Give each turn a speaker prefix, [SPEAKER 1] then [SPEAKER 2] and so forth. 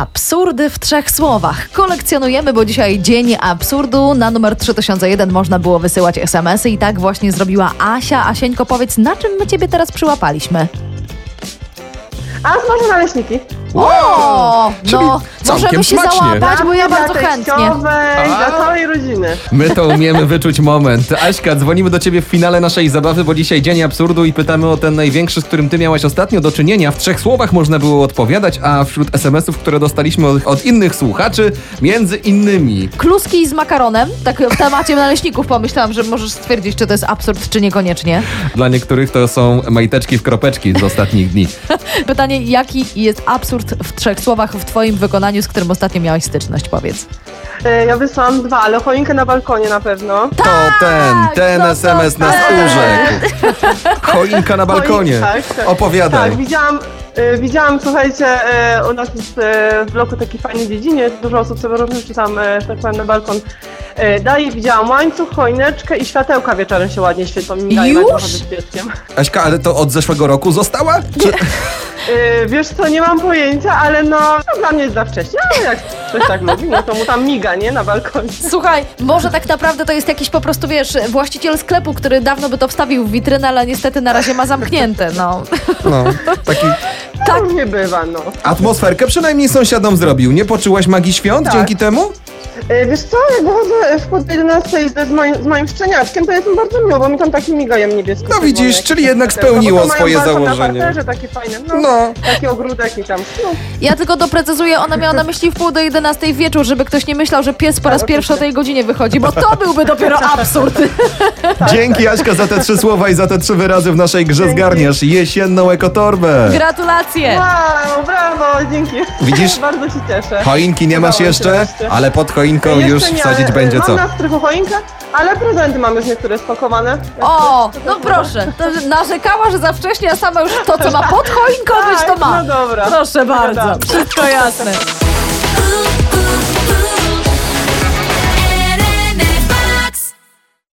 [SPEAKER 1] Absurdy w trzech słowach. Kolekcjonujemy, bo dzisiaj Dzień Absurdu. Na numer 3001 można było wysyłać SMS-y i tak właśnie zrobiła Asia. Asieńko, powiedz, na czym my Ciebie teraz przyłapaliśmy?
[SPEAKER 2] A może naleśniki?
[SPEAKER 1] O,
[SPEAKER 3] Czyli
[SPEAKER 1] no,
[SPEAKER 3] całkiem
[SPEAKER 1] możemy się
[SPEAKER 3] smacznie. Tak,
[SPEAKER 1] załapać, bo ja
[SPEAKER 2] Dla
[SPEAKER 1] bardzo chętnie.
[SPEAKER 2] teściowej,
[SPEAKER 3] A.
[SPEAKER 2] Dla całej rodziny.
[SPEAKER 3] My to umiemy wyczuć moment. Aśka, dzwonimy do ciebie w finale naszej zabawy, bo dzisiaj dzień absurdu i pytamy o ten największy, z którym ty miałaś ostatnio do czynienia. W trzech słowach można było odpowiadać, a wśród SMS-ów, które dostaliśmy od, od innych słuchaczy, między innymi.
[SPEAKER 1] Kluski z makaronem, tak w temacie naleśników pomyślałam, że możesz stwierdzić, czy to jest absurd, czy niekoniecznie.
[SPEAKER 3] Dla niektórych to są majteczki w kropeczki z ostatnich dni.
[SPEAKER 1] Pytanie, jaki jest absurd w trzech słowach w Twoim wykonaniu, z którym ostatnio miałeś styczność, powiedz.
[SPEAKER 2] E, Ja wysłałam dwa, ale choinkę na balkonie na pewno.
[SPEAKER 3] To ten, ten
[SPEAKER 1] to, to,
[SPEAKER 3] SMS nas
[SPEAKER 1] ten.
[SPEAKER 3] urzekł. Choinka na balkonie.
[SPEAKER 2] Tak, tak.
[SPEAKER 3] Opowiadaj.
[SPEAKER 2] Tak, widziałam, e, widziałam słuchajcie, e, u nas jest e, w bloku taki fajny dziedziniec, dużo osób sobie różnie czy tam, e, że tak powiem, na balkon e, daje. Widziałam łańcuch, choineczkę i światełka wieczorem się ładnie świecą. Mi daje
[SPEAKER 1] Już?
[SPEAKER 2] ładnie chodzę z pieskiem.
[SPEAKER 3] Aśka, ale to od zeszłego roku została? Czy...
[SPEAKER 2] E, Wiesz co, nie mam pojęcia, ale no, no dla mnie jest za wcześnie, ale jak ktoś tak lubi, no to mu tam miga, nie, na balkonie.
[SPEAKER 1] Słuchaj, może tak naprawdę to jest jakiś po prostu, wiesz, właściciel sklepu, który dawno by to wstawił w witrynę, ale niestety na razie ma zamknięte, no.
[SPEAKER 3] No, taki
[SPEAKER 2] Tak nie bywa, no.
[SPEAKER 3] Atmosferkę przynajmniej sąsiadom zrobił. Nie poczułaś magii świąt
[SPEAKER 2] Tak.
[SPEAKER 3] dzięki temu?
[SPEAKER 2] E, Wiesz co, jak wychodzę w pod 11 z, z, moim, z moim szczeniaczkiem, to jest mi bardzo miło, bo mi tam taki migają niebiesko.
[SPEAKER 3] No widzisz, czyli jednak spełniło swoje założenie.
[SPEAKER 2] Na parterze, takie fajne, no,
[SPEAKER 3] No.
[SPEAKER 2] Taki ogródek i tam. No,
[SPEAKER 1] Ja tylko doprecyzuję, ona miała na myśli w pół do 11 wieczór, żeby ktoś nie myślał, że pies po raz pierwszy o tej godzinie wychodzi, bo to byłby dopiero absurd.
[SPEAKER 3] Dzięki Aśka za te trzy słowa i za te trzy wyrazy w naszej grze zgarniasz jesienną ekotorbę.
[SPEAKER 1] Gratulacje!
[SPEAKER 2] wow, brawo, dzięki.
[SPEAKER 3] Widzisz?
[SPEAKER 2] bardzo się cieszę.
[SPEAKER 3] Choinki nie masz
[SPEAKER 2] Udało się
[SPEAKER 3] jeszcze,
[SPEAKER 2] wreszcie.
[SPEAKER 3] ale pod choinką
[SPEAKER 2] Jeszcze
[SPEAKER 3] już
[SPEAKER 2] nie,
[SPEAKER 3] wsadzić
[SPEAKER 2] ale,
[SPEAKER 3] będzie
[SPEAKER 2] mam
[SPEAKER 3] co.
[SPEAKER 2] Mam na strychu choinkę, ale prezenty mam już niektóre spakowane.
[SPEAKER 1] O, no proszę, to, że narzekała, że za wcześnie, a sama już to, co ma pod choinką być, to ma.
[SPEAKER 2] Tak, No dobra.
[SPEAKER 1] Proszę bardzo,
[SPEAKER 2] Dobra.
[SPEAKER 1] wszystko jasne.